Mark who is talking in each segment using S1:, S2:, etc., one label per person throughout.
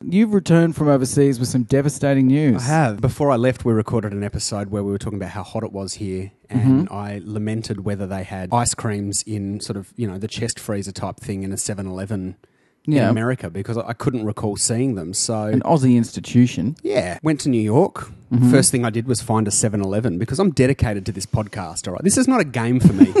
S1: you've returned from overseas with some devastating news.
S2: I have. Before I left, we recorded an episode where we were talking about how hot it was here, and I lamented whether they had ice creams in sort of, you know, the chest freezer type thing in a 7 Eleven in
S1: Yeah.
S2: America because I couldn't recall seeing them. So,
S1: An Aussie institution.
S2: yeah, went to New York. First thing I did was find a 7 Eleven because I'm dedicated to this podcast. All right. This is not a game for me.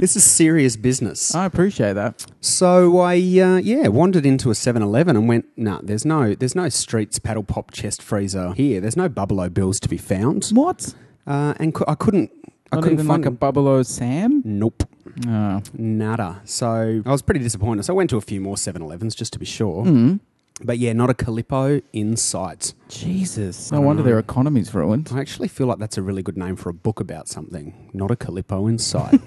S2: This is serious business.
S1: I appreciate that.
S2: So I uh, yeah wandered into a 7-Eleven and went, nah, there's no there's no Streets Paddle Pop chest freezer here. There's no Bubble bills to be found,
S1: What?
S2: uh, and cou- I couldn't I
S1: Not
S2: couldn't
S1: even
S2: find
S1: like a Bubble O Sam?
S2: nope
S1: Oh.
S2: nada. So I was pretty disappointed. So I went to a few more 7-Elevens just to be sure,
S1: Mm.
S2: but yeah, not a Calippo in sight.
S1: Jesus.
S2: I
S1: No
S2: don't
S1: wonder
S2: know.
S1: their economy's ruined.
S2: I actually feel like that's a really good name for a book about something. Not a Calippo in sight.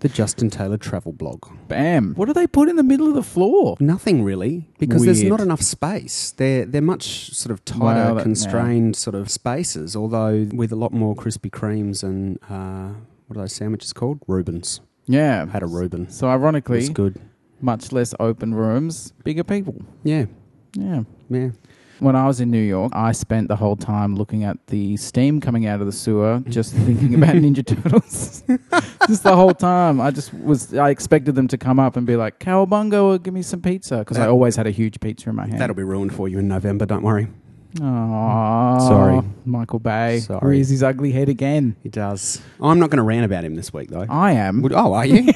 S2: the Justin Taylor travel blog.
S1: Bam. What do they put in the middle of the floor?
S2: Nothing really, because there's
S1: Weird.
S2: not enough space. They're they're much sort of
S1: Wow,
S2: tighter,
S1: that- yeah.
S2: constrained sort of spaces. Although with a lot more Krispy Kremes and uh, what are those sandwiches called? Rubens.
S1: Yeah.
S2: I had a Reuben.
S1: So
S2: It was
S1: ironically,
S2: good.
S1: much less open rooms, bigger people.
S2: Yeah,
S1: Yeah.
S2: yeah.
S1: When I was in New York, I spent the whole time looking at the steam coming out of the sewer, just thinking about Ninja Turtles. just the whole time, I just was. I expected them to come up and be like, "Cowabunga, or give me some pizza," because I
S2: That-
S1: always had a huge pizza in my hand.
S2: That'll be ruined for you in November. Don't worry.
S1: Aww,
S2: Mm. Sorry.
S1: Michael Bay.
S2: Sorry.
S1: Rears his ugly head again.
S2: It does. I'm not going to rant about him this week though.
S1: I am.
S2: Would- oh, are you?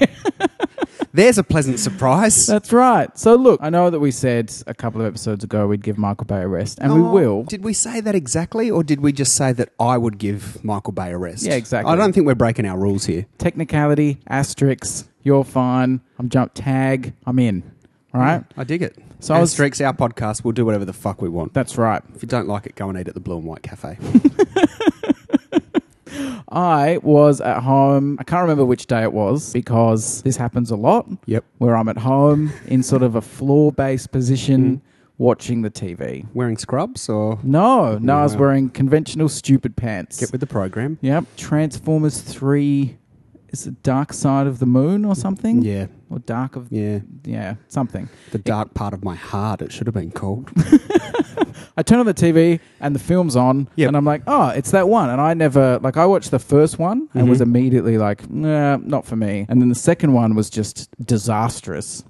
S2: There's a pleasant surprise.
S1: That's right. So look, I know that we said a couple of episodes ago we'd give Michael Bay a rest, and we
S2: Oh,
S1: will.
S2: Did we say that exactly, or did we just say that I would give Michael Bay a rest?
S1: Yeah, exactly.
S2: I don't think we're breaking our rules here.
S1: Technicality, asterisks. You're fine. I'm jump tag. I'm in. All right.
S2: I dig it.
S1: So
S2: So
S1: I was-
S2: Asterix, our podcast, we'll do whatever the fuck we want.
S1: That's right.
S2: If you don't like it, go and eat at the Blue and White Cafe.
S1: I was at home. I can't remember which day it was because this happens a lot
S2: yep.
S1: where I'm at home in sort of a floor based position
S2: Hmm.
S1: watching the TV.
S2: Wearing scrubs or
S1: No, no, I was
S2: Wow.
S1: wearing conventional stupid pants.
S2: get with the program.
S1: Yep. Transformers 3 is it Dark Side of the Moon or something?
S2: Yeah,
S1: Or Dark of
S2: yeah.
S1: yeah, something.
S2: The dark part of my heart, it should have been called.
S1: I turn on the TV and the film's on
S2: Yep.
S1: and I'm like, "Oh, it's that one." And I never like I watched the first one and
S2: Mhm.
S1: was immediately like, "Nah, not for me." And then the second one was just disastrous.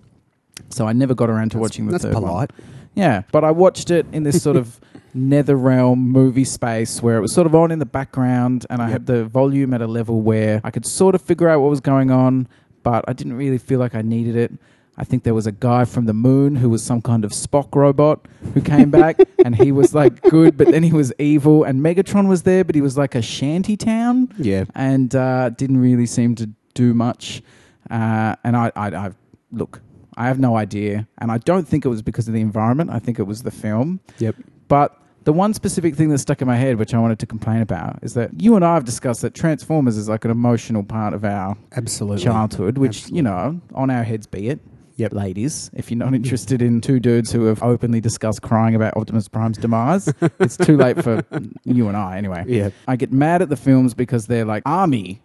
S1: So I never got around to watching the
S2: That's
S1: third one.
S2: polite.
S1: Yeah, but I watched it in this sort of nether realm movie space where it was sort of on in the background, and I
S2: Yep.
S1: had the volume at a level where I could sort of figure out what was going on, but I didn't really feel like I needed it. I think there was a guy from the moon who was some kind of Spock robot who came back and he was like good, but then he was evil. And Megatron was there, but he was like a shanty town
S2: Yeah.
S1: and uh, didn't really seem to do much. Uh, and I, I, I, look, I have no idea, and I don't think it was because of the environment. I think it was the film.
S2: Yep.
S1: But the one specific thing that stuck in my head, which I wanted to complain about, is that you and I have discussed that Transformers is like an emotional part of our
S2: Absolutely.
S1: childhood, which you know, on our heads be it.
S2: Yep.
S1: ladies. If you're not interested in two dudes who have openly discussed crying about Optimus Prime's demise, it's too late for you and I, anyway.
S2: Yeah.
S1: I get mad at the films because they're like army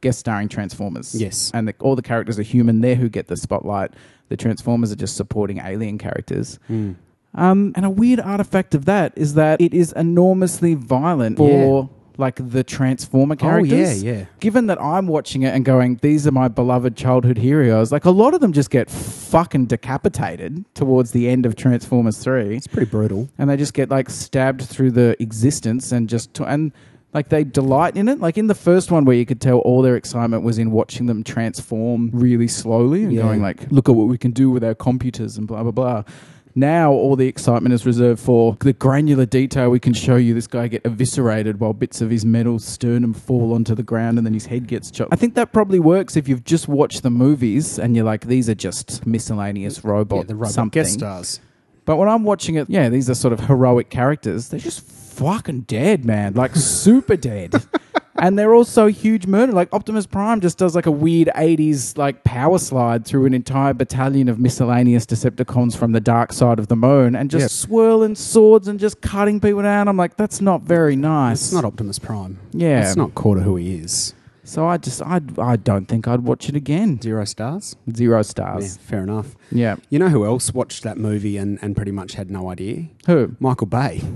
S1: guest starring Transformers.
S2: Yes.
S1: And the, all the characters are human. They're who get the spotlight. The Transformers are just supporting alien characters.
S2: Hmm.
S1: Um, and a weird artifact of that is that it is enormously violent for like the Transformer characters.
S2: Oh, yeah, yeah.
S1: Given that I'm watching it and going, these are my beloved childhood heroes, like a lot of them just get fucking decapitated towards the end of Transformers 3
S2: It's pretty brutal.
S1: and they just get like stabbed through the existence and just t- and like they delight in it like in the first one where you could tell all their excitement was in watching them transform really slowly and
S2: Yeah.
S1: going like look at what we can do with our computers and blah blah blah now all the excitement is reserved for the granular detail we can show you this guy get eviscerated while bits of his metal sternum fall onto the ground and then his head gets chopped i think that probably works if you've just watched the movies and you're like these are just miscellaneous robot
S2: yeah, the robot
S1: something
S2: guest stars.
S1: but when I'm watching it, yeah, these are sort of heroic characters. They're just fucking dead, man. Like super dead. and they're also huge murder. Like Optimus Prime just does like a weird 80s like power slide through an entire battalion of miscellaneous Decepticons from the dark side of the moon and just
S2: Yeah.
S1: swirling swords and just cutting people down. I'm like, that's not very nice.
S2: It's not Optimus Prime.
S1: Yeah.
S2: It's not quarter who he is.
S1: So I just I I don't think I'd watch it again.
S2: Zero stars?
S1: Zero
S2: Yeah,
S1: stars.
S2: fair enough.
S1: Yeah.
S2: You know who else watched that movie and, and pretty much had no idea?
S1: Who?
S2: Michael Bay.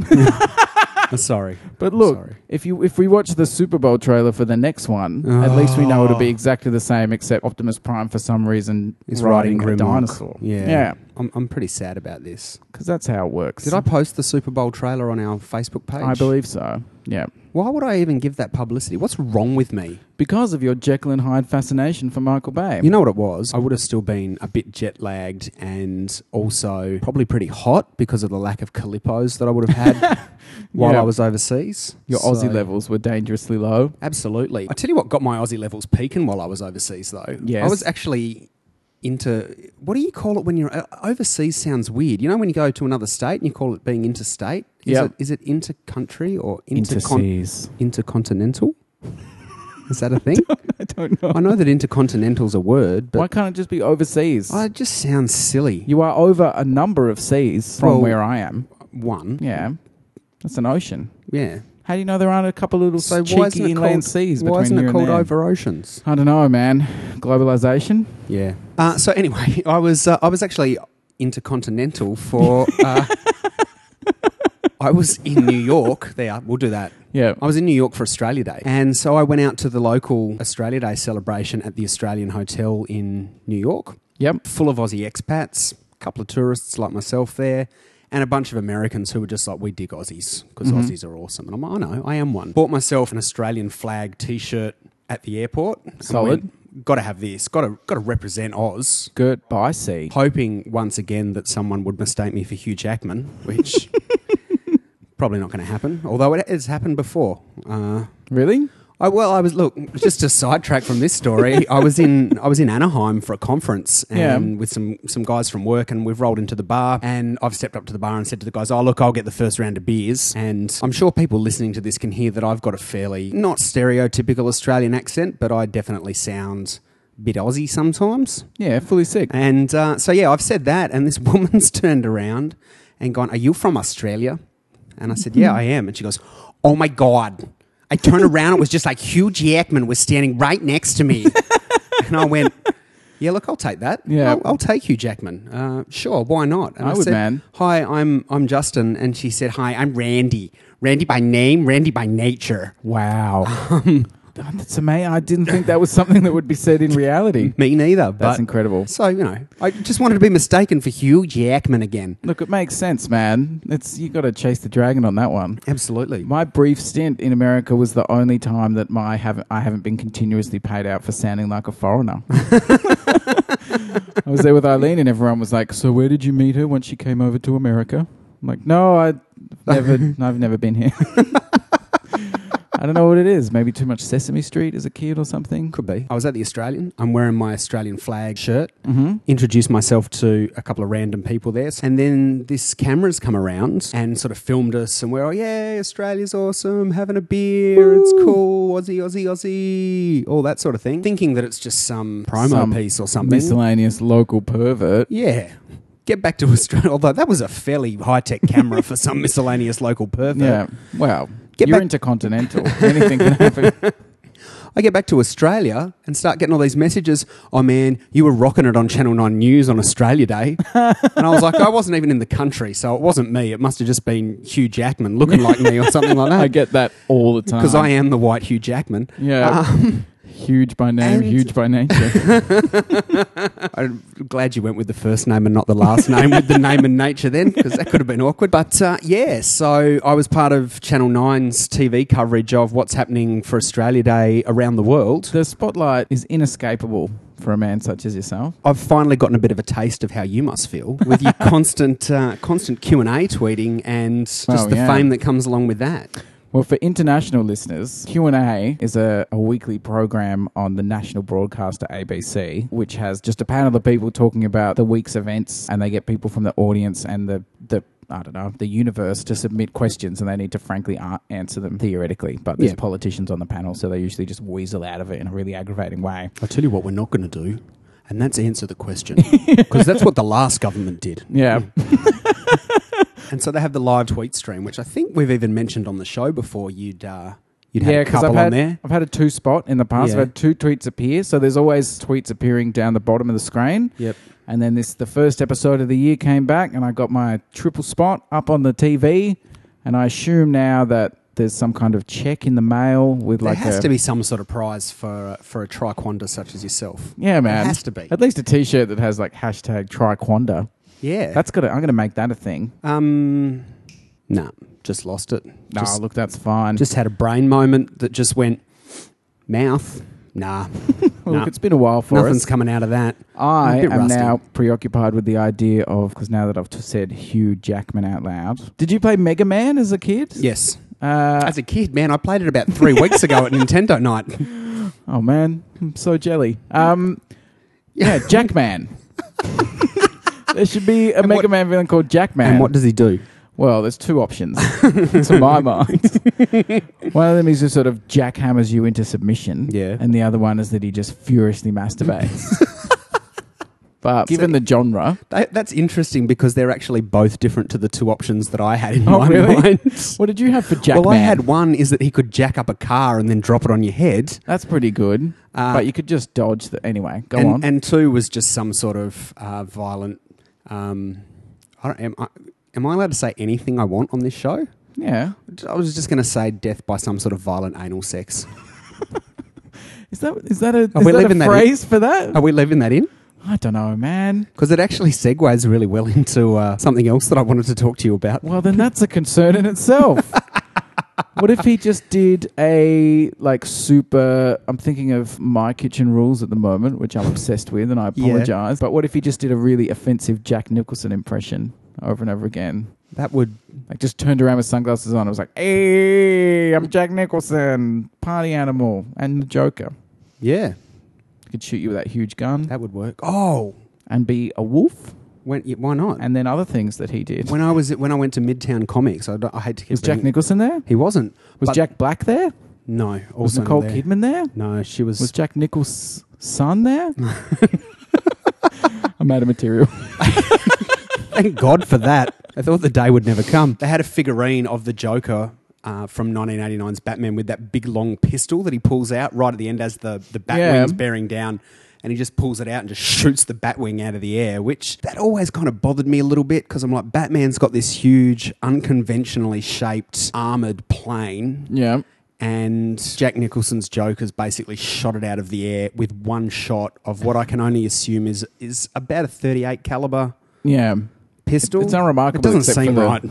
S2: I'm sorry.
S1: But
S2: I'm
S1: look,
S2: sorry.
S1: if you if we watch the Super Bowl trailer for the next one, at least we know it'll be
S2: Oh.
S1: exactly the same, except Optimus Prime for some reason
S2: He's
S1: is riding,
S2: riding
S1: a
S2: Grimlock.
S1: dinosaur.
S2: Yeah.
S1: yeah,
S2: I'm, I'm pretty sad about this.
S1: because that's how it works.
S2: Did I post the Super Bowl trailer on our Facebook page?
S1: I believe so. Yeah,
S2: Why would I even give that publicity? What's wrong with me?
S1: because of your Jekyll and Hyde fascination for Michael Bay.
S2: You know what it was? I would have still been a bit jet lagged and also probably pretty hot because of the lack of calippos that I would have had while
S1: Yeah.
S2: I was overseas.
S1: your
S2: So-
S1: Aussie levels were dangerously low.
S2: Absolutely. I tell you what got my Aussie levels peaking while I was overseas, though.
S1: Yes.
S2: I was actually into what do you call it when you're uh, overseas? Sounds weird. You know, when you go to another state and you call it being interstate. Is
S1: Yep.
S2: it is it intercountry or intercon-
S1: Interseas.
S2: intercontinental? is that a thing?
S1: I don't know.
S2: I know that intercontinental's a word,
S1: Why
S2: but
S1: can't it just be overseas?
S2: oh, it just sounds silly.
S1: you are over a number of seas from
S2: Well-
S1: where I am.
S2: One,
S1: Yeah, that's an ocean.
S2: yeah.
S1: How do you know there aren't a couple little
S2: So why isn't
S1: cheeky
S2: it
S1: inland
S2: called?
S1: seas between
S2: Why isn't
S1: you
S2: it
S1: and
S2: called
S1: there?
S2: over oceans?
S1: I don't know, man. Globalization.
S2: Yeah. Uh, so anyway, I was uh, I was actually intercontinental for. Uh, I was in New York. There, we'll do that.
S1: Yeah.
S2: I was in New York for Australia Day, and so I went out to the local Australia Day celebration at the Australian Hotel in New York,
S1: Yep.
S2: full of Aussie expats, a couple of tourists like myself there. And a bunch of Americans who were just like, we dig Aussies because
S1: Mhm.
S2: Aussies are awesome. And I'm like, I know, I am one. Bought myself an Australian flag t shirt at the airport. and
S1: Solid.
S2: went, Gotta have this. Gotta, gotta represent Oz
S1: Good. By sea.
S2: hoping once again that someone would mistake me for Hugh Jackman, which probably not going to happen. Although it has happened before. Uh,
S1: Really?
S2: I, well, I was look just to sidetrack from this story. I was in I was in Anaheim for a conference and
S1: Yeah.
S2: with some some guys from work, and we've rolled into the bar, and I've stepped up to the bar and said to the guys, "Oh, look, I'll get the first round of beers." And I'm sure people listening to this can hear that I've got a fairly not stereotypical Australian accent, but I definitely sound a bit Aussie sometimes.
S1: Yeah. Fully sick.
S2: And uh, so, yeah, I've said that, and this woman's turned around and gone, Are you from Australia? And I said, Yeah, I am. And she goes, Oh my God. I turned around, it was just like Hugh Jackman was standing right next to me. and I went, Yeah, look, I'll take that.
S1: Yeah.
S2: I'll, I'll take Hugh Jackman. Uh, sure, why not? And
S1: I would,
S2: said,
S1: man.
S2: Hi, I'm, I'm Justin. And she said, Hi, I'm Randy. Randy by name, Randy by nature.
S1: Wow. That's amazing. I didn't think that was something that would be said in reality.
S2: Me neither.
S1: That's
S2: But
S1: incredible.
S2: so, you know, I just wanted to be mistaken for Hugh Jackman again.
S1: Look, it makes sense, man. It's you got to chase the dragon on that one.
S2: Absolutely.
S1: My brief stint in America was the only time that my haven't I haven't been continuously paid out for sounding like a foreigner. I was there with Eileen, and everyone was like, "So where did you meet her when she came over to America?" I'm like, "No, I never, I've never been here. I don't know what it is. Maybe too much Sesame Street as a kid or something."
S2: Could be. I was at the Australian. I'm wearing my Australian flag shirt.
S1: Mm-hmm.
S2: Introduced myself to a couple of random people there. And then this camera's come around and sort of filmed us. And we're, oh, yeah, Australia's awesome. Having a beer. It's
S1: Woo.
S2: cool. Aussie, Aussie, Aussie. All that sort of thing. Thinking that it's just some promo
S1: Some
S2: piece or something.
S1: Miscellaneous local pervert.
S2: yeah. Get back to Australia. Although that was a fairly high tech camera for some miscellaneous local pervert.
S1: Yeah. Well,
S2: Get
S1: you're
S2: back-
S1: intercontinental. Anything can happen.
S2: I get back to Australia and start getting all these messages. Oh man, you were rocking it on Channel 9 News on Australia Day. and I was like, I wasn't even in the country, so it wasn't me. It must have just been Hugh Jackman looking like me or something like
S1: I
S2: that.
S1: get that all the time.
S2: Because I am the white Hugh Jackman. Uh,
S1: Yeah. huge by name,
S2: and-
S1: huge by nature.
S2: I'm glad you went with the first name and not the last name with the name and nature then, because that could have been awkward. But uh, yeah, so I was part of Channel 9's TV coverage of what's happening for Australia Day around the world.
S1: the spotlight is inescapable for a man such as yourself.
S2: I've finally gotten a bit of a taste of how you must feel with your constant, uh, constant Q and A tweeting and just
S1: Well,
S2: the
S1: yeah.
S2: fame that comes along with that.
S1: Well, for international listeners, Q&A is a, a weekly program on the national broadcaster ABC, which has just a panel of people talking about the week's events, and they get people from the audience and the, the I don't know, the universe to submit questions, and they need to frankly a- answer them theoretically. But there's
S2: Yeah.
S1: politicians on the panel, so they usually just weasel out of it in a really aggravating way.
S2: I tell you what, we're not going to do, and that's answer the question because that's what the last government did.
S1: Yeah.
S2: And so they have the live tweet stream, which I think we've even mentioned on the show before. You'd uh, You'd had a couple
S1: I've
S2: on
S1: had,
S2: there.
S1: I've had a two spot in the past.
S2: Yeah.
S1: I've had two tweets appear. So there's always tweets appearing down the bottom of the screen.
S2: Yep.
S1: And then this the first episode of the year came back and I got my triple spot up on the TV. And I assume now that there's some kind of check in the mail with like
S2: there has
S1: a,
S2: to be some sort of prize for uh, for a triquander such as yourself.
S1: Yeah, man.
S2: has to be.
S1: At least a t-shirt that has like hashtag triquanda.
S2: Yeah.
S1: That's gonna I'm gonna make that a thing.
S2: um Nah, just lost it.
S1: Nah,
S2: just,
S1: look, that's fine.
S2: just had a brain moment that just went mouth. Nah.
S1: look,
S2: nah.
S1: it's been a while for
S2: Nothing's
S1: us.
S2: coming out of that.
S1: I
S2: a bit
S1: am
S2: rusty.
S1: now preoccupied with the idea of because now that I've t- said Hugh Jackman out loud. Did you play Mega Man as a kid?
S2: Yes.
S1: Uh,
S2: As a kid, man, I played it about three weeks ago at Nintendo night.
S1: oh man, I'm so jelly. Um, yeah, Jackman. there should be a Mega
S2: what-
S1: Man villain called Jackman.
S2: And what does he do?
S1: Well, there's two options to my mind. one of them is just sort of jackhammers you into submission.
S2: Yeah.
S1: And the other one is that he just furiously masturbates. but given the genre,
S2: That, that's interesting because they're actually both different to the two options that I had in
S1: Oh,
S2: my
S1: really?
S2: mind.
S1: what did you have for Jackman?
S2: well, I had one is that he could jack up a car and then drop it on your head.
S1: That's pretty good.
S2: Uh,
S1: but you could just dodge the. Anyway, go
S2: and,
S1: on.
S2: And two was just some sort of uh, violent. Um, I don't, am, I, am I allowed to say anything I want on this show?
S1: yeah.
S2: I was just going to say death by some sort of violent anal sex.
S1: Is that is that a, is
S2: Are we
S1: that a
S2: leaving that Oh. in?
S1: phrase for that?
S2: Are we leaving that in?
S1: I don't know, man.
S2: Because it actually segues really well into uh, something else that I wanted to talk to you about.
S1: Well, then that's a concern in itself. what if he just did a like super? I'm thinking of my kitchen rules at the moment, which I'm obsessed with, and I
S2: Yeah.
S1: apologize. But what if he just did a really offensive Jack Nicholson impression over and over again?
S2: That would
S1: Like just turned around with sunglasses on. It was like, "Hey, I'm Jack Nicholson, party animal, and the Joker."
S2: Yeah,
S1: He could shoot you with that huge gun
S2: that would work. Oh,
S1: and be a wolf,
S2: when, yeah, why not?
S1: and then other things that he did.
S2: when I was when I went to Midtown Comics, I, don't- I hate to keep
S1: was Jack
S2: bringing-
S1: Nicholson there?
S2: He wasn't.
S1: Was
S2: but-
S1: Jack Black there?
S2: No. Also
S1: Was
S2: not
S1: Nicole
S2: there.
S1: Kidman there?
S2: No, she was.
S1: Was Jack Nichols' son there? I'm out of material.
S2: thank God for that. I thought the day would never come. They had a figurine of the Joker. Uh, from 1989's Batman with that big long pistol that he pulls out right at the end as the, the bat
S1: Yeah.
S2: wing's bearing down and he just pulls it out and just shoots the bat wing out of the air which that always kind of bothered me a little bit because I'm like Batman's got this huge unconventionally shaped armoured plane
S1: Yeah.
S2: and Jack Nicholson's Joker's basically shot it out of the air with one shot of what I can only assume is is about a 38 caliber
S1: Yeah.
S2: pistol.
S1: It's unremarkable.
S2: It doesn't
S1: except for
S2: seem
S1: the-
S2: right.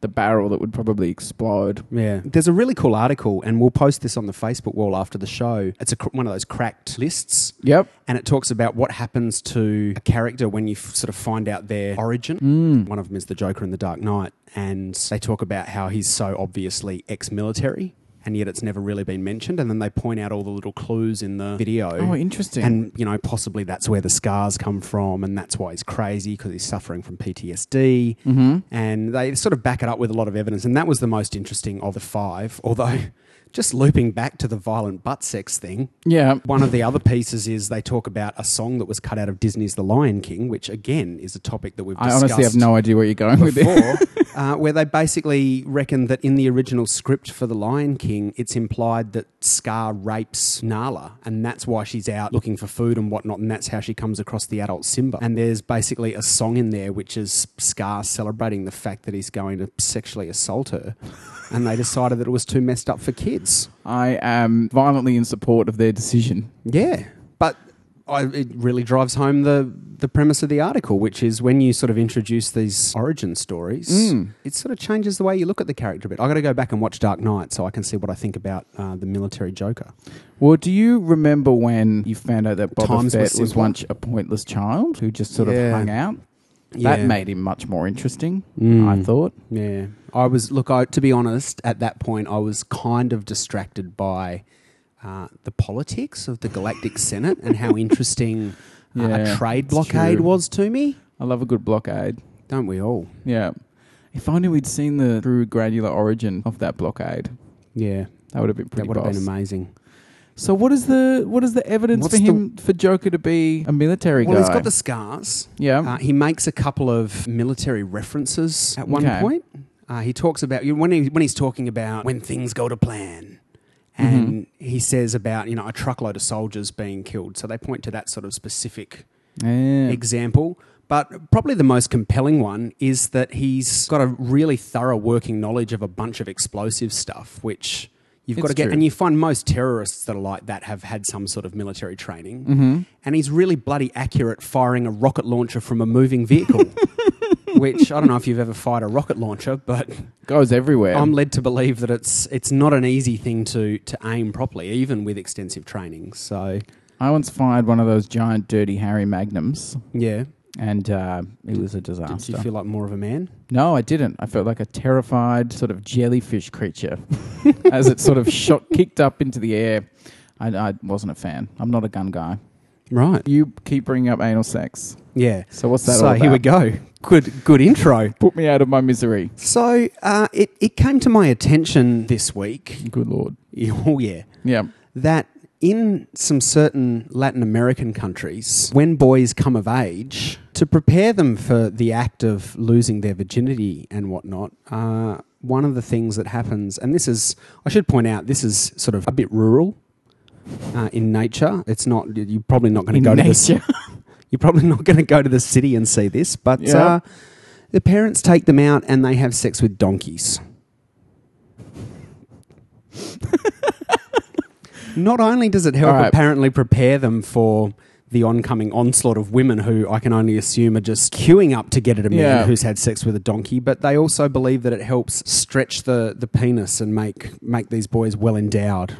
S1: The barrel that would probably explode.
S2: Yeah. There's a really cool article, and we'll post this on the Facebook wall after the show. It's a, cr- one of those cracked lists.
S1: Yep.
S2: And it talks about what happens to a character when you f- sort of find out their origin.
S1: Mm.
S2: One of them is the Joker in The Dark Knight. And they talk about how he's so obviously ex military, and yet it's never really been mentioned. And then they point out all the little clues in the video.
S1: Oh, interesting.
S2: And, you know, possibly that's where the scars come from, and that's why he's crazy because he's suffering from PTSD. Mm-hmm. And they sort of back it up with a lot of evidence. And that was the most interesting of the five. Although, just looping back to the violent butt sex thing,
S1: yeah.
S2: one of the other pieces is they talk about a song that was cut out of Disney's The Lion King, which again is a topic that we've
S1: I
S2: discussed
S1: honestly have no idea where you're going with it.
S2: before, uh, where they basically reckon that in the original script for The Lion King, it's implied that Scar rapes Nala, and that's why she's out looking for food and whatnot, and that's how she comes across the adult Simba. And there's basically a song in there which is Scar celebrating the fact that he's going to sexually assault her, and they decided that it was too messed up for kids.
S1: I am violently in support of their decision.
S2: Yeah, but I, it really drives home the the premise of the article, which is when you sort of introduce these origin stories,
S1: Mm.
S2: it sort of changes the way you look at the character a bit. I got to go back and watch Dark Knight so I can see what I think about uh, the military Joker.
S1: Well, do you remember when you found out that Boba
S2: Times were
S1: Fett was
S2: simpler.
S1: once a pointless child who just sort
S2: Yeah.
S1: of hung out?
S2: Yeah.
S1: That made him much more interesting,
S2: Mm.
S1: I thought.
S2: Yeah, I was look. I, to be honest, at that point, I was kind of distracted by uh, the politics of the Galactic Senate and how interesting uh,
S1: Yeah,
S2: a trade
S1: it's
S2: blockade
S1: true.
S2: was to me.
S1: I love a good blockade.
S2: Don't we all?
S1: Yeah. If only we'd seen the true granular origin of that blockade,
S2: Yeah,
S1: that would have been pretty.
S2: that would have been
S1: boss.
S2: amazing.
S1: So what is the what is the evidence
S2: What's
S1: for
S2: the-
S1: him for Joker to be a military
S2: Well,
S1: guy?
S2: he's got the scars.
S1: yeah.
S2: Uh, he makes a couple of military references at one
S1: Okay.
S2: point. Uh, he talks about you know, when, he, when he's talking about when things go to plan
S1: Mm-hmm.
S2: And he says about, you know, a truckload of soldiers being killed. So they point to that sort of specific
S1: Yeah.
S2: example. But probably the most compelling one is that he's got a really thorough working knowledge of a bunch of explosive stuff, which you've got
S1: It's
S2: to get.
S1: true.
S2: And you find most terrorists that are like that have had some sort of military training.
S1: Mm-hmm.
S2: And he's really bloody accurate firing a rocket launcher from a moving vehicle, which I don't know if you've ever fired a rocket launcher, but
S1: Goes everywhere.
S2: I'm led to believe that it's it's not an easy thing to to aim properly, even with extensive training. So
S1: I once fired one of those giant dirty Harry Magnums,
S2: yeah,
S1: and uh, it was a disaster.
S2: do you feel like more of a man?
S1: No, I didn't. I felt like a terrified sort of jellyfish creature as it sort of shot kicked up into the air. I, I wasn't a fan. I'm not a gun guy.
S2: Right.
S1: You keep bringing up anal sex.
S2: Yeah.
S1: So what's that
S2: so
S1: all
S2: here we
S1: about?
S2: go. Good, good intro.
S1: Put me out of my misery.
S2: So uh, it it came to my attention this week.
S1: Good lord.
S2: Oh yeah,
S1: Yeah.
S2: that in some certain Latin American countries, when boys come of age, to prepare them for the act of losing their virginity and whatnot, uh, one of the things that happens, and this is, I should point out, this is sort of a bit rural. Uh, in nature, it's not. You're probably not going to
S1: In
S2: go to this.
S1: nature.
S2: You're probably not going to go to the city and see this, but
S1: Yeah.
S2: uh, the parents take them out and they have sex with donkeys. not only does it help
S1: All right.
S2: apparently prepare them for the oncoming onslaught of women who I can only assume are just queuing up to get at a man
S1: Yeah.
S2: who's had sex with a donkey, but they also believe that it helps stretch the, the penis and make, make these boys well endowed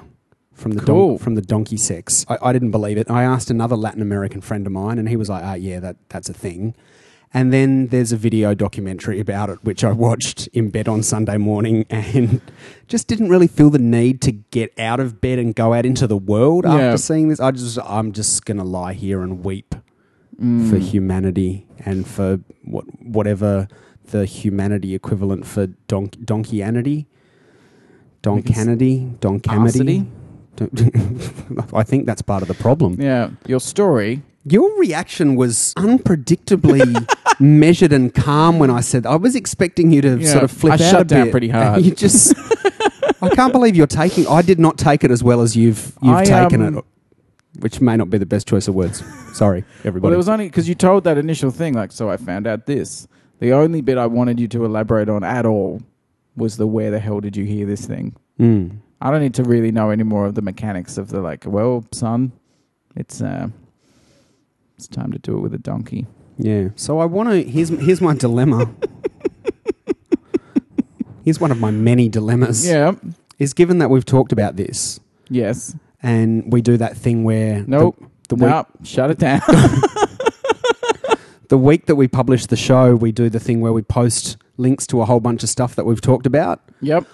S2: from the don-
S1: Cool.
S2: from the donkey sex. I, I didn't believe it. I asked another Latin American friend of mine, and he was like, "Ah, yeah, that that's a thing." And then there's a video documentary about it, which I watched in bed on Sunday morning, and just didn't really feel the need to get out of bed and go out into the world
S1: Yeah.
S2: after seeing this. I just, I'm just gonna lie here and weep
S1: Mm.
S2: for humanity and for what whatever the humanity equivalent for don- donkeyannity, doncanity,
S1: Arsony?
S2: doncamity. Don't- I think that's part of the problem.
S1: Yeah. Your story.
S2: Your reaction was unpredictably measured and calm when I said I was expecting you to
S1: Yeah,
S2: sort of flip
S1: I
S2: out
S1: shut
S2: a
S1: down
S2: bit.
S1: pretty hard.
S2: And You just. I can't believe you're taking. I did not take it as well as you've you've
S1: I,
S2: taken
S1: um,
S2: it, which may not be the best choice of words. Sorry, everybody.
S1: Well, it was only because you told that initial thing, like, so I found out this. The only bit I wanted you to elaborate on at all was the where the hell did you hear this thing?
S2: Mm.
S1: I don't need to really know any more of the mechanics of the like. Well, son, it's uh, it's time to do it with a donkey.
S2: Yeah. So I want to. Here's here's my dilemma. here's one of my many dilemmas.
S1: Yeah.
S2: Is given that we've talked about this
S1: Yes.
S2: and we do that thing where the-
S1: Nope.
S2: the, week
S1: Nope. Shut it down.
S2: the week that we publish the show, we do the thing where we post links to a whole bunch of stuff that we've talked about.
S1: yep.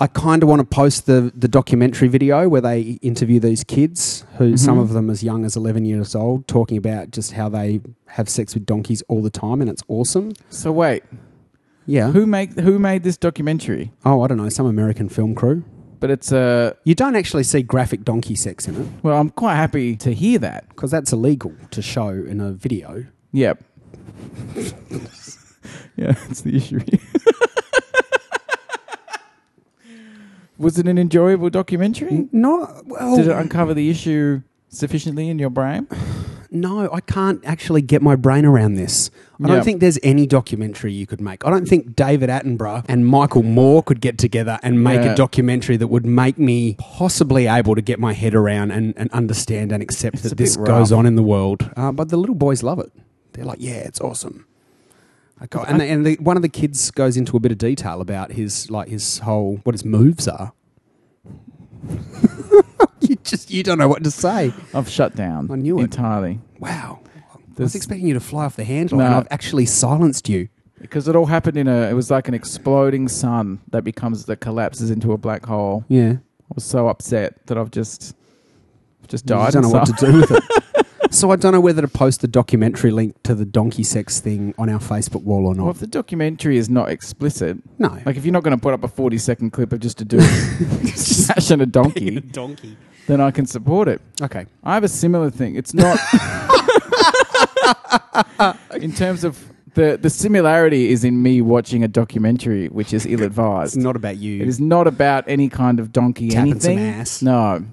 S2: I kind of want to post the, the documentary video where they interview these kids, who some
S1: Mhm.
S2: of them as young as 11 years old, talking about just how they have sex with donkeys all the time and it's awesome.
S1: So wait,
S2: Yeah.
S1: who make who made this documentary?
S2: Oh, I don't know, some American film crew.
S1: But it's uh,
S2: You don't actually see graphic donkey sex in it
S1: well, I'm quite happy to hear that.
S2: because that's illegal to show in a video.
S1: Yep. yeah, that's the issue. here. Was it an enjoyable documentary?
S2: N- No, well,
S1: Did it uncover the issue sufficiently in your brain?
S2: no, I can't actually get my brain around this. I
S1: Yeah.
S2: don't think there's any documentary you could make. I don't think David Attenborough and Michael Moore could get together and make
S1: Yeah.
S2: a documentary that would make me possibly able to get my head around and, and understand and accept
S1: It's a
S2: that this
S1: bit
S2: goes
S1: rough.
S2: on in the world. Uh, but the little boys love it. They're like, yeah, it's awesome. I go- and the, and the, one of the kids goes into a bit of detail about his like his whole what his moves are. you just you don't know what to say.
S1: I've shut down.
S2: I knew it.
S1: entirely
S2: Wow. I
S1: There's-
S2: was expecting you to fly off the handle,
S1: No.
S2: and I've actually silenced you.
S1: because it all happened in a. It was like an exploding sun that becomes that collapses into a black hole.
S2: Yeah.
S1: I was so upset that I've just just
S2: I
S1: died.
S2: don't know what to
S1: inside.
S2: do with it. so I don't know whether to post the documentary link to the donkey sex thing on our Facebook wall or
S1: Well,
S2: not.
S1: if the documentary is not explicit,
S2: No.
S1: like if you're not going to put up a 40 second clip of just a dude smashing a donkey,
S2: donkey.
S1: then I can support it.
S2: Okay.
S1: I have a similar thing. It's not in terms of the the similarity is in me watching a documentary, which is ill advised.
S2: It's not about you.
S1: It is not about any kind of donkey
S2: Tapping some
S1: anything.
S2: ass.
S1: No,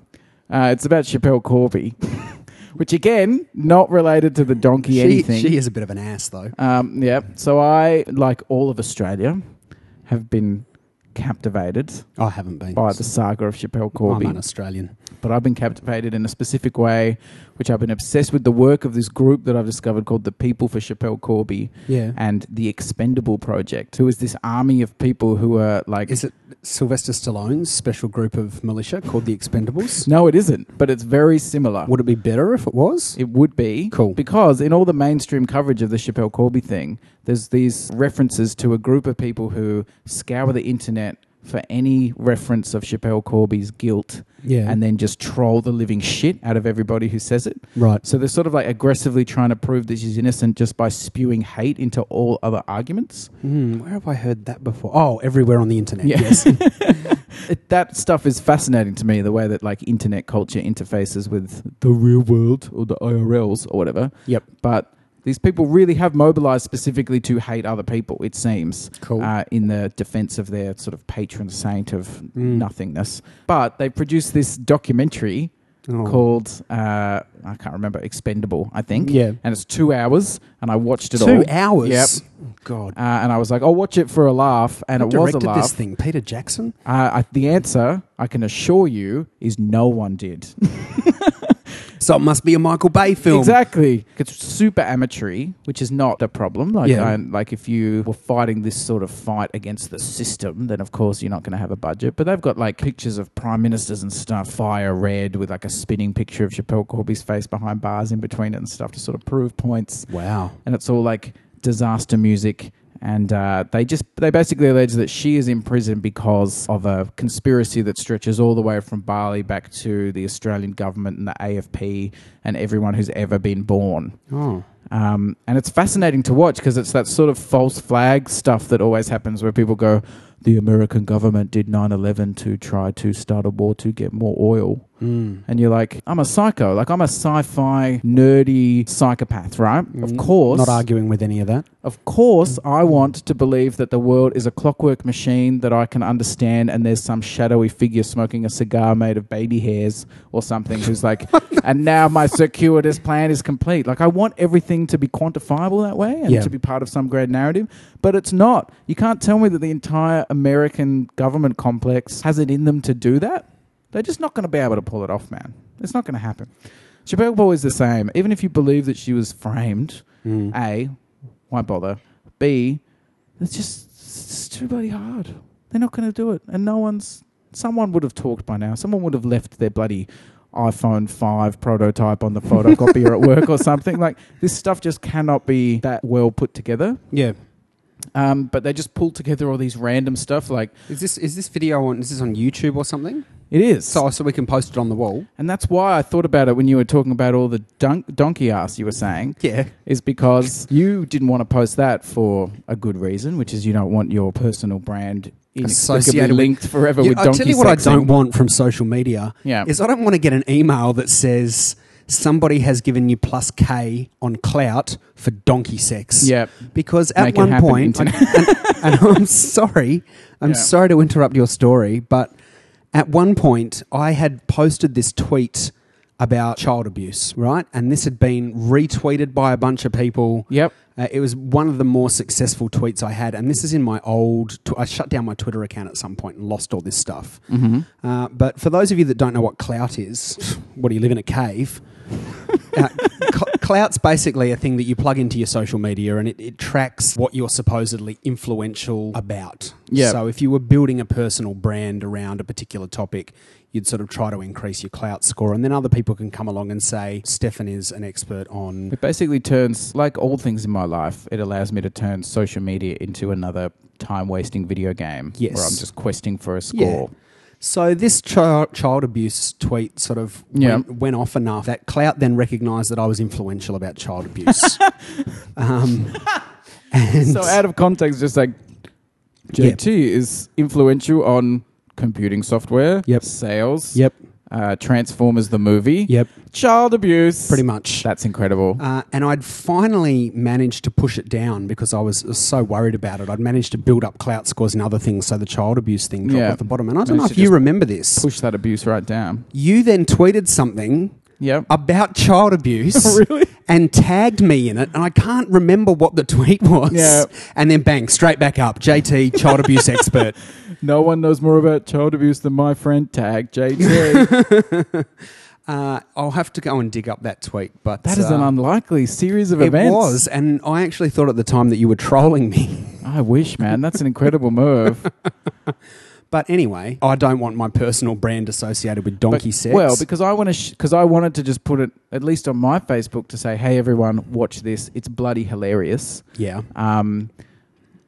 S1: uh, it's about Chappelle Corby, which again not related to the donkey
S2: she,
S1: anything.
S2: she is a bit of an ass, though.
S1: Um, yeah. So I, like all of Australia, have been captivated
S2: I haven't been.
S1: by the saga of Chappelle Corby
S2: I'm an Australian.
S1: but I've been captivated in a specific way, which I've been obsessed with the work of this group that I've discovered called the People for Chappelle Corby
S2: Yeah.
S1: and the Expendable Project, who is this army of people who are like.
S2: Is it Sylvester Stallone's special group of militia called the Expendables?
S1: no, it isn't, but it's very similar.
S2: Would it be better if it was?
S1: It would be.
S2: Cool.
S1: Because in all the mainstream coverage of the Chappelle Corby thing, there's these references to a group of people who scour the internet for any reference of Chappelle Corby's guilt
S2: Yeah.
S1: and then just troll the living shit out of everybody who says it.
S2: Right.
S1: So they're sort of like aggressively trying to prove that she's innocent just by spewing hate into all other arguments.
S2: Hmm, where have I heard that before? Oh, everywhere on the internet.
S1: Yeah.
S2: Yes.
S1: It, that stuff is fascinating to me, the way that like internet culture interfaces with the real world or the IRLs or whatever.
S2: yep.
S1: But these people really have mobilized specifically to hate other people, it seems,
S2: Cool.
S1: uh, in the defense of their sort of patron saint of
S2: Mm.
S1: nothingness. But they produced this documentary
S2: Oh.
S1: called, uh, I can't remember, Expendable, I think.
S2: Yeah.
S1: And it's two hours, and I watched it all.
S2: Two hours.
S1: Yep.
S2: Oh, God.
S1: Uh, and I was like, I'll watch it for a laugh, and
S2: Who
S1: it was a
S2: directed this
S1: laugh.
S2: thing? Peter Jackson?
S1: Uh, I, the answer, I can assure you, is no one did.
S2: So it must be a Michael Bay film.
S1: Exactly. It's super amatory, which is not the problem. Like,
S2: Yeah.
S1: I- like if you were fighting this sort of fight against the system, then of course you're not going to have a budget. But they've got like pictures of prime ministers and stuff, fire red with like a spinning picture of Chappelle Corby's face behind bars in between it and stuff to sort of prove points.
S2: Wow.
S1: And it's all like disaster music. And uh, they just they basically allege that she is in prison because of a conspiracy that stretches all the way from Bali back to the Australian government and the AFP and everyone who's ever been born.
S2: Oh.
S1: Um, and it's fascinating to watch because it's that sort of false flag stuff that always happens where people go, the American government did 9 11 to try to start a war to get more oil.
S2: Mm.
S1: And you're like, I'm a psycho. Like, I'm a sci fi, nerdy psychopath, right? Of
S2: Mm.
S1: course.
S2: Not arguing with any of that.
S1: Of course, I want to believe that the world is a clockwork machine that I can understand, and there's some shadowy figure smoking a cigar made of baby hairs or something who's like, and now my circuitous plan is complete. Like, I want everything to be quantifiable that way and
S2: Yeah.
S1: to be part of some grand narrative, but it's not. You can't tell me that the entire American government complex has it in them to do that. They're just not going to be able to pull it off, man. It's not going to happen. Chappelle Ball is the same. Even if you believe that she was framed,
S2: Mm. Uh,
S1: A, why bother? B, it's just it's just too bloody hard. They're not going to do it. And no one's, someone would have talked by now. Someone would have left their bloody iPhone 5 prototype on the photocopier at work or something. Like, this stuff just cannot be that well put together.
S2: Yeah.
S1: Um, but they just pull together all these random stuff. Like,
S2: Is this is this video on? Is this on YouTube or something?
S1: it is.
S2: So so we can post it on the wall.
S1: and that's why I thought about it when you were talking about all the dunk, donkey ass you were saying.
S2: Yeah.
S1: is because you didn't want to post that for a good reason, which is you don't want your personal brand inextricably
S2: Associated with-
S1: linked forever with
S2: I'll
S1: donkey
S2: tell you what I
S1: sexing.
S2: don't want from social media
S1: Yeah.
S2: is I don't want to get an email that says somebody has given you plus K on clout for donkey sex.
S1: Yep.
S2: Because at
S1: Make it
S2: one
S1: happen,
S2: point, and,
S1: internet.
S2: and I'm sorry, I'm
S1: Yeah.
S2: sorry to interrupt your story, but at one point I had posted this tweet about child abuse, right? And this had been retweeted by a bunch of people.
S1: Yep.
S2: Uh, it was one of the more successful tweets I had, and this is in my old. Tw- I shut down my Twitter account at some point and lost all this stuff.
S1: Mm-hmm.
S2: Uh, but for those of you that don't know what clout is, what do you live in a cave? uh, cl- clout's basically a thing that you plug into your social media, and it, it tracks what you're supposedly influential about.
S1: Yeah.
S2: So if you were building a personal brand around a particular topic, you'd sort of try to increase your clout score, and then other people can come along and say Stefan is an expert on
S1: It basically turns, like all things in my life, it allows me to turn social media into another time wasting video game
S2: Yes.
S1: where I'm just questing for a
S2: Yeah.
S1: score.
S2: So this child, child abuse tweet sort of
S1: Yeah.
S2: went, went off enough that Clout then recognised that I was influential about child abuse. um, and
S1: So, uh, out of context, just like
S2: Yeah.
S1: JT is influential on computing software,
S2: Yep.
S1: sales,
S2: yep,
S1: uh, uh, Transformers the movie.
S2: Yep.
S1: Child abuse.
S2: pretty much.
S1: That's incredible.
S2: Uh, and I'd finally managed to push it down because I was so worried about it. I'd managed to build up clout scores and other things, so the child abuse thing dropped
S1: Yeah.
S2: off the bottom. And I don't
S1: Managed
S2: know
S1: to
S2: if you
S1: just
S2: remember this.
S1: Push that abuse right down.
S2: You then tweeted something
S1: Yep.
S2: about child abuse
S1: Oh, Really?
S2: and tagged me in it, and I can't remember what the tweet was.
S1: Yeah.
S2: And then bang, straight back up JT, child abuse expert.
S1: No one knows more about child abuse than my friend Tag JT.
S2: Uh, I'll have to go and dig up that tweet, but
S1: that is
S2: uh,
S1: an unlikely series of
S2: It
S1: events.
S2: was, and I actually thought at the time that you were trolling me.
S1: I wish, man. That's an incredible move.
S2: But anyway, I don't want my personal brand associated with donkey
S1: But-
S2: sex.
S1: Well, because I want to, because I wanted to just put it at least on my Facebook to say, "Hey, everyone, watch this. It's bloody hilarious."
S2: yeah,
S1: Um,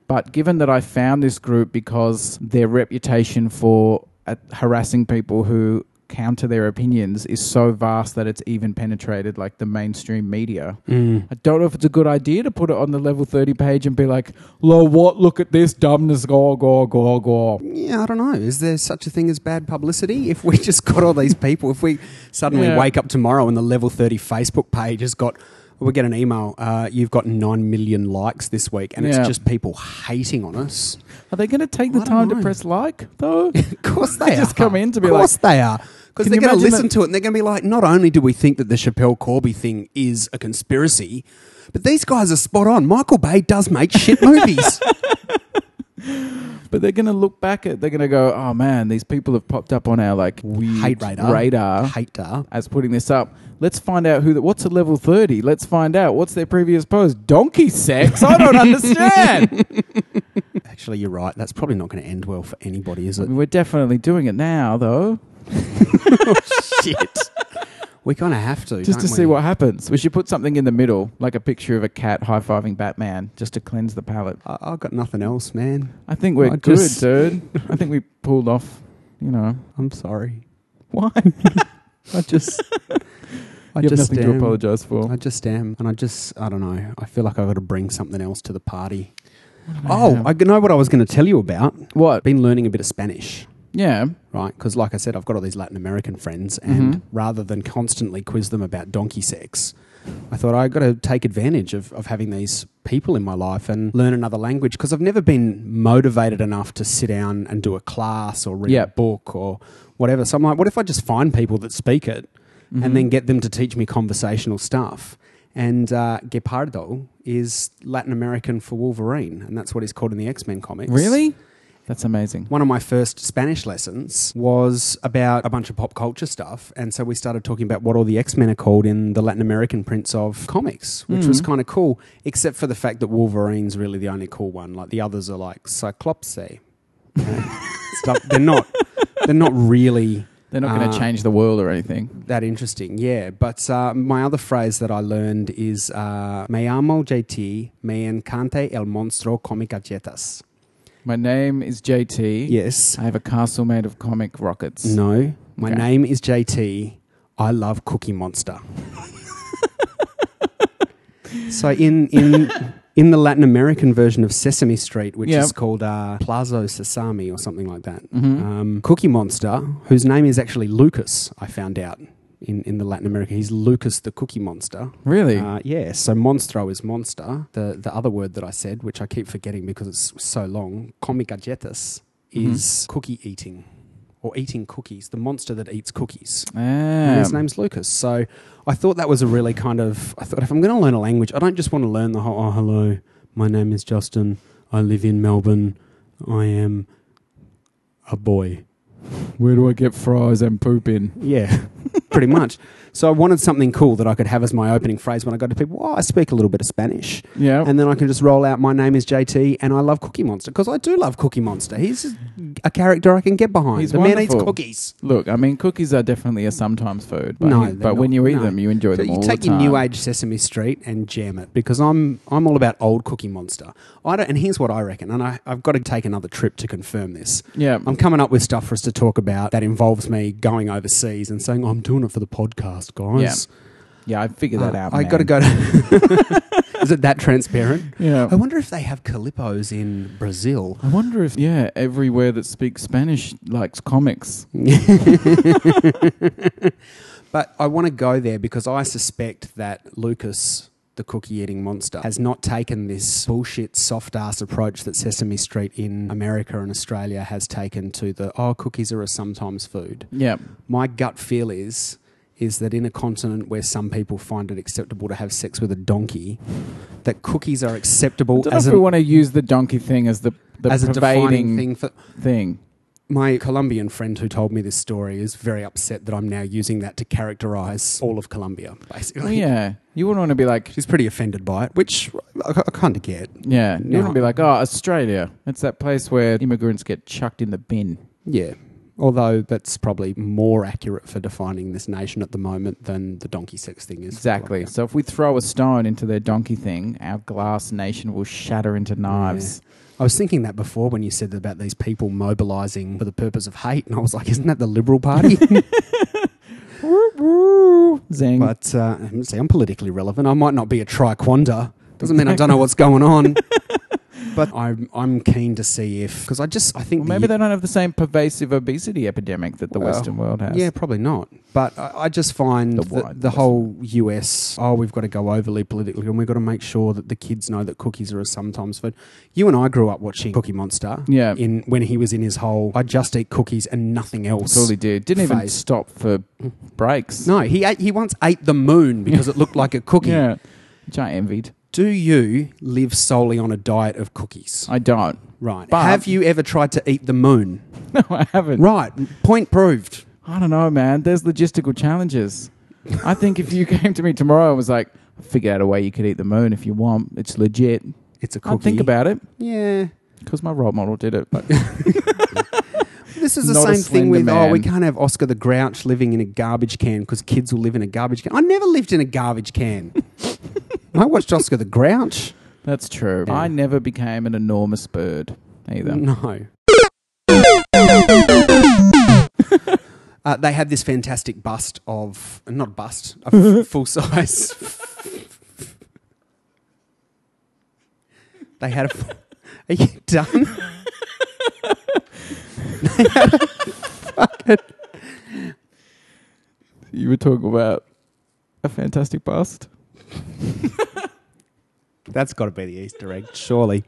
S1: but given that I found this group because their reputation for uh, harassing people who counter their opinions is so vast that it's even penetrated like the mainstream media. I don't know if it's a good idea to put it on the level 30 page and be like, "Lo, what? Look at this dumbness. Go, go, go, go."
S2: yeah, I don't know. Is there such a thing as bad publicity? If we just got all these people, if we suddenly
S1: Yeah.
S2: wake up tomorrow and the level thirty Facebook page has got, we get an email. Uh, you've got nine million likes this week, and
S1: Yeah.
S2: it's just people hating on us.
S1: Are they going to take the
S2: I don't
S1: time to
S2: know.
S1: press like though?
S2: of course they,
S1: They just
S2: are.
S1: come in to be
S2: Of course they are. Because
S1: Can
S2: they're
S1: you
S2: going to
S1: imagine
S2: listen
S1: that-
S2: to it and they're going to be like, not only do we think that the Chappelle Corby thing is a conspiracy, but these guys are spot on. Michael Bay does make shit movies.
S1: But they're going to look back at, they're going to go, oh man, these people have popped up on our like weird
S2: hate radar.
S1: radar
S2: Hate radar.
S1: as putting this up. Let's find out who, the, what's a level 30? Let's find out. What's their previous post? Donkey sex? I don't understand.
S2: Actually, you're right. That's probably not going to end well for anybody, is
S1: I
S2: it?
S1: mean, we're definitely doing it now though,
S2: shit. We kind of have to.
S1: just
S2: don't
S1: to see
S2: we?
S1: what happens. We should put something in the middle, like a picture of a cat high-fiving Batman, just to cleanse the palate.
S2: I- I've got nothing else, man.
S1: I think we're
S2: I
S1: good,
S2: just-
S1: dude. I think we pulled off, you know.
S2: I'm sorry.
S1: Why?
S2: I just. I
S1: you have
S2: just
S1: nothing to
S2: am.
S1: apologize for.
S2: I just am, and I just I don't know. I feel like I got to bring something else to the party. Oh, I know what I was going to tell you about.
S1: What?
S2: I've been learning a bit of Spanish,
S1: Yeah.
S2: right? Because, like I said, I've got all these Latin American friends, and rather than constantly quiz them about donkey sex, I thought I got to take advantage of, of having these people in my life and learn another language because I've never been motivated enough to sit down and do a class or read
S1: Yeah.
S2: a book or whatever. So I'm like, what if I just find people that speak it and then get them to teach me conversational stuff? And uh, Gepardo is Latin American for Wolverine, and that's what he's called in the X Men comics.
S1: Really? That's amazing.
S2: One of my first Spanish lessons was about a bunch of pop culture stuff. And so we started talking about what all the X Men are called in the Latin American prints of comics, which was kind of cool, except for the fact that Wolverine's really the only cool one. Like the others are like Cyclops. stuff. They're not. They're not really
S1: They're not going
S2: Uh,
S1: to change the world or anything.
S2: that interesting, yeah. But uh, my other phrase that I learned is uh, "Me amo JT, me encanta el monstruo comic galletas."
S1: My name is JT.
S2: Yes.
S1: I have a castle made of comic rockets.
S2: No, my
S1: Okay.
S2: name is JT. I love Cookie Monster. so in in in the Latin American version of Sesame Street, which
S1: Yep.
S2: is called uh, Plazo Sesame or something like that,
S1: Mhm.
S2: um, Cookie Monster, whose name is actually Lucas, I found out in in the Latin America, he's Lucas the Cookie Monster.
S1: Really?
S2: Uh, yeah, so monstro is monster. The the other word that I said, which I keep forgetting because it's so long, comicajetas, is cookie eating or eating cookies, the monster that eats cookies. And
S1: Ah.
S2: his name's Lucas. So I thought that was a really kind of. I thought if I'm going to learn a language, I don't just want to learn the whole, oh, hello, my name is Justin. I live in Melbourne. I am a boy.
S1: Where do I get fries and poop in?
S2: Yeah, pretty much. So I wanted something cool that I could have as my opening phrase when I go to people. Oh, I speak a little bit of Spanish
S1: Yeah.
S2: and then I can just roll out. My name is JT, and I love Cookie Monster because I do love Cookie Monster. He's a character I can get behind.
S1: He's
S2: the man eats
S1: wonderful.
S2: cookies.
S1: Look, I mean, cookies are definitely a sometimes food, but,
S2: No,
S1: you-
S2: they're
S1: but when
S2: not.
S1: you eat
S2: No.
S1: them, you enjoy
S2: So
S1: them all
S2: you
S1: the
S2: take your
S1: time.
S2: new age Sesame Street and jam it because I'm I'm all about old Cookie Monster. I don't, and here's what I reckon, and I, I've got to take another trip to confirm this.
S1: Yeah.
S2: I'm coming up with stuff for us to talk about that involves me going overseas and saying I'm doing it for the podcast, guys.
S1: Yeah. yeah, I figured that
S2: Uh,
S1: out.
S2: I got to
S1: man.
S2: go. to- Is it that transparent?
S1: Yeah.
S2: I wonder if they have Calippos in Brazil.
S1: I wonder if yeah, everywhere that speaks Spanish likes comics.
S2: But I want to go there because I suspect that Lucas, the cookie eating monster, has not taken this bullshit soft ass approach that Sesame Street in America and Australia has taken to the oh cookies are a sometimes food.
S1: Yeah.
S2: My gut feel is is that in a continent where some people find it acceptable to have sex with a donkey, that cookies are acceptable
S1: don't know
S2: as
S1: if we
S2: an,
S1: want to use the donkey thing as the the
S2: as a defining
S1: pervading
S2: thing for
S1: thing.
S2: My Colombian friend who told me this story is very upset that I'm now using that to characterize all of Colombia, basically.
S1: Well, Oh, yeah, you wouldn't want to be like
S2: She's pretty offended by it, which I, I kind of get.
S1: yeah, you
S2: No.
S1: wouldn't be like oh Australia. It's that place where immigrants get chucked in the bin.
S2: Yeah. Although that's probably more accurate for defining this nation at the moment than the donkey sex thing is. for
S1: Exactly.
S2: Colombia.
S1: So if we throw a stone into their donkey thing, our glass nation will shatter into knives.
S2: I was thinking that before when you said about these people mobilizing for the purpose of hate, and I was like, isn't that the Liberal Party?
S1: Woo, Zing.
S2: but uh, see, I'm politically relevant. I might not be a triquander. Doesn't mean I don't know what's going on. but I'm, I'm keen to see if because I just I think
S1: well,
S2: the
S1: maybe they don't have the same pervasive obesity epidemic that the
S2: Well,
S1: Western world has.
S2: Yeah, probably not. But I, I just find
S1: The
S2: the,
S1: wide
S2: the,
S1: person.
S2: whole US, oh, we've got to go overly political and we've got to make sure that the kids know that cookies are a sometimes food. You and I grew up watching Cookie Monster.
S1: Yeah.
S2: In when he was in his whole, I just eat cookies and nothing else.
S1: That's all he did. Didn't even
S2: Phase.
S1: stop for breaks.
S2: Mm. No, he ate, he once ate the moon because it looked like a cookie.
S1: Yeah. Which I envied.
S2: Do you live solely on a diet of cookies?
S1: I don't.
S2: Right.
S1: But-
S2: Have you ever tried to eat the moon?
S1: No, I haven't.
S2: Right. Point proved.
S1: I don't know, man. There's logistical challenges. I think if you came to me tomorrow and was like, I figured out a way you could eat the moon if you want, it's legit.
S2: It's a cookie.
S1: I'd think about it
S2: Yeah.
S1: because my role model did it. But
S2: This is the
S1: Not a
S2: same thing
S1: slender
S2: with oh, we
S1: man.
S2: can't have Oscar the Grouch living in a garbage can because kids will live in a garbage can. I never lived in a garbage can. I watched Oscar the Grouch.
S1: that's true.
S2: Yeah.
S1: I never became an enormous bird either.
S2: No. Uh, they had this fantastic bust of not a bust, a full size. they had a. Are you done?
S1: You were talking about a fantastic bust.
S2: That's got to be the Easter egg, surely.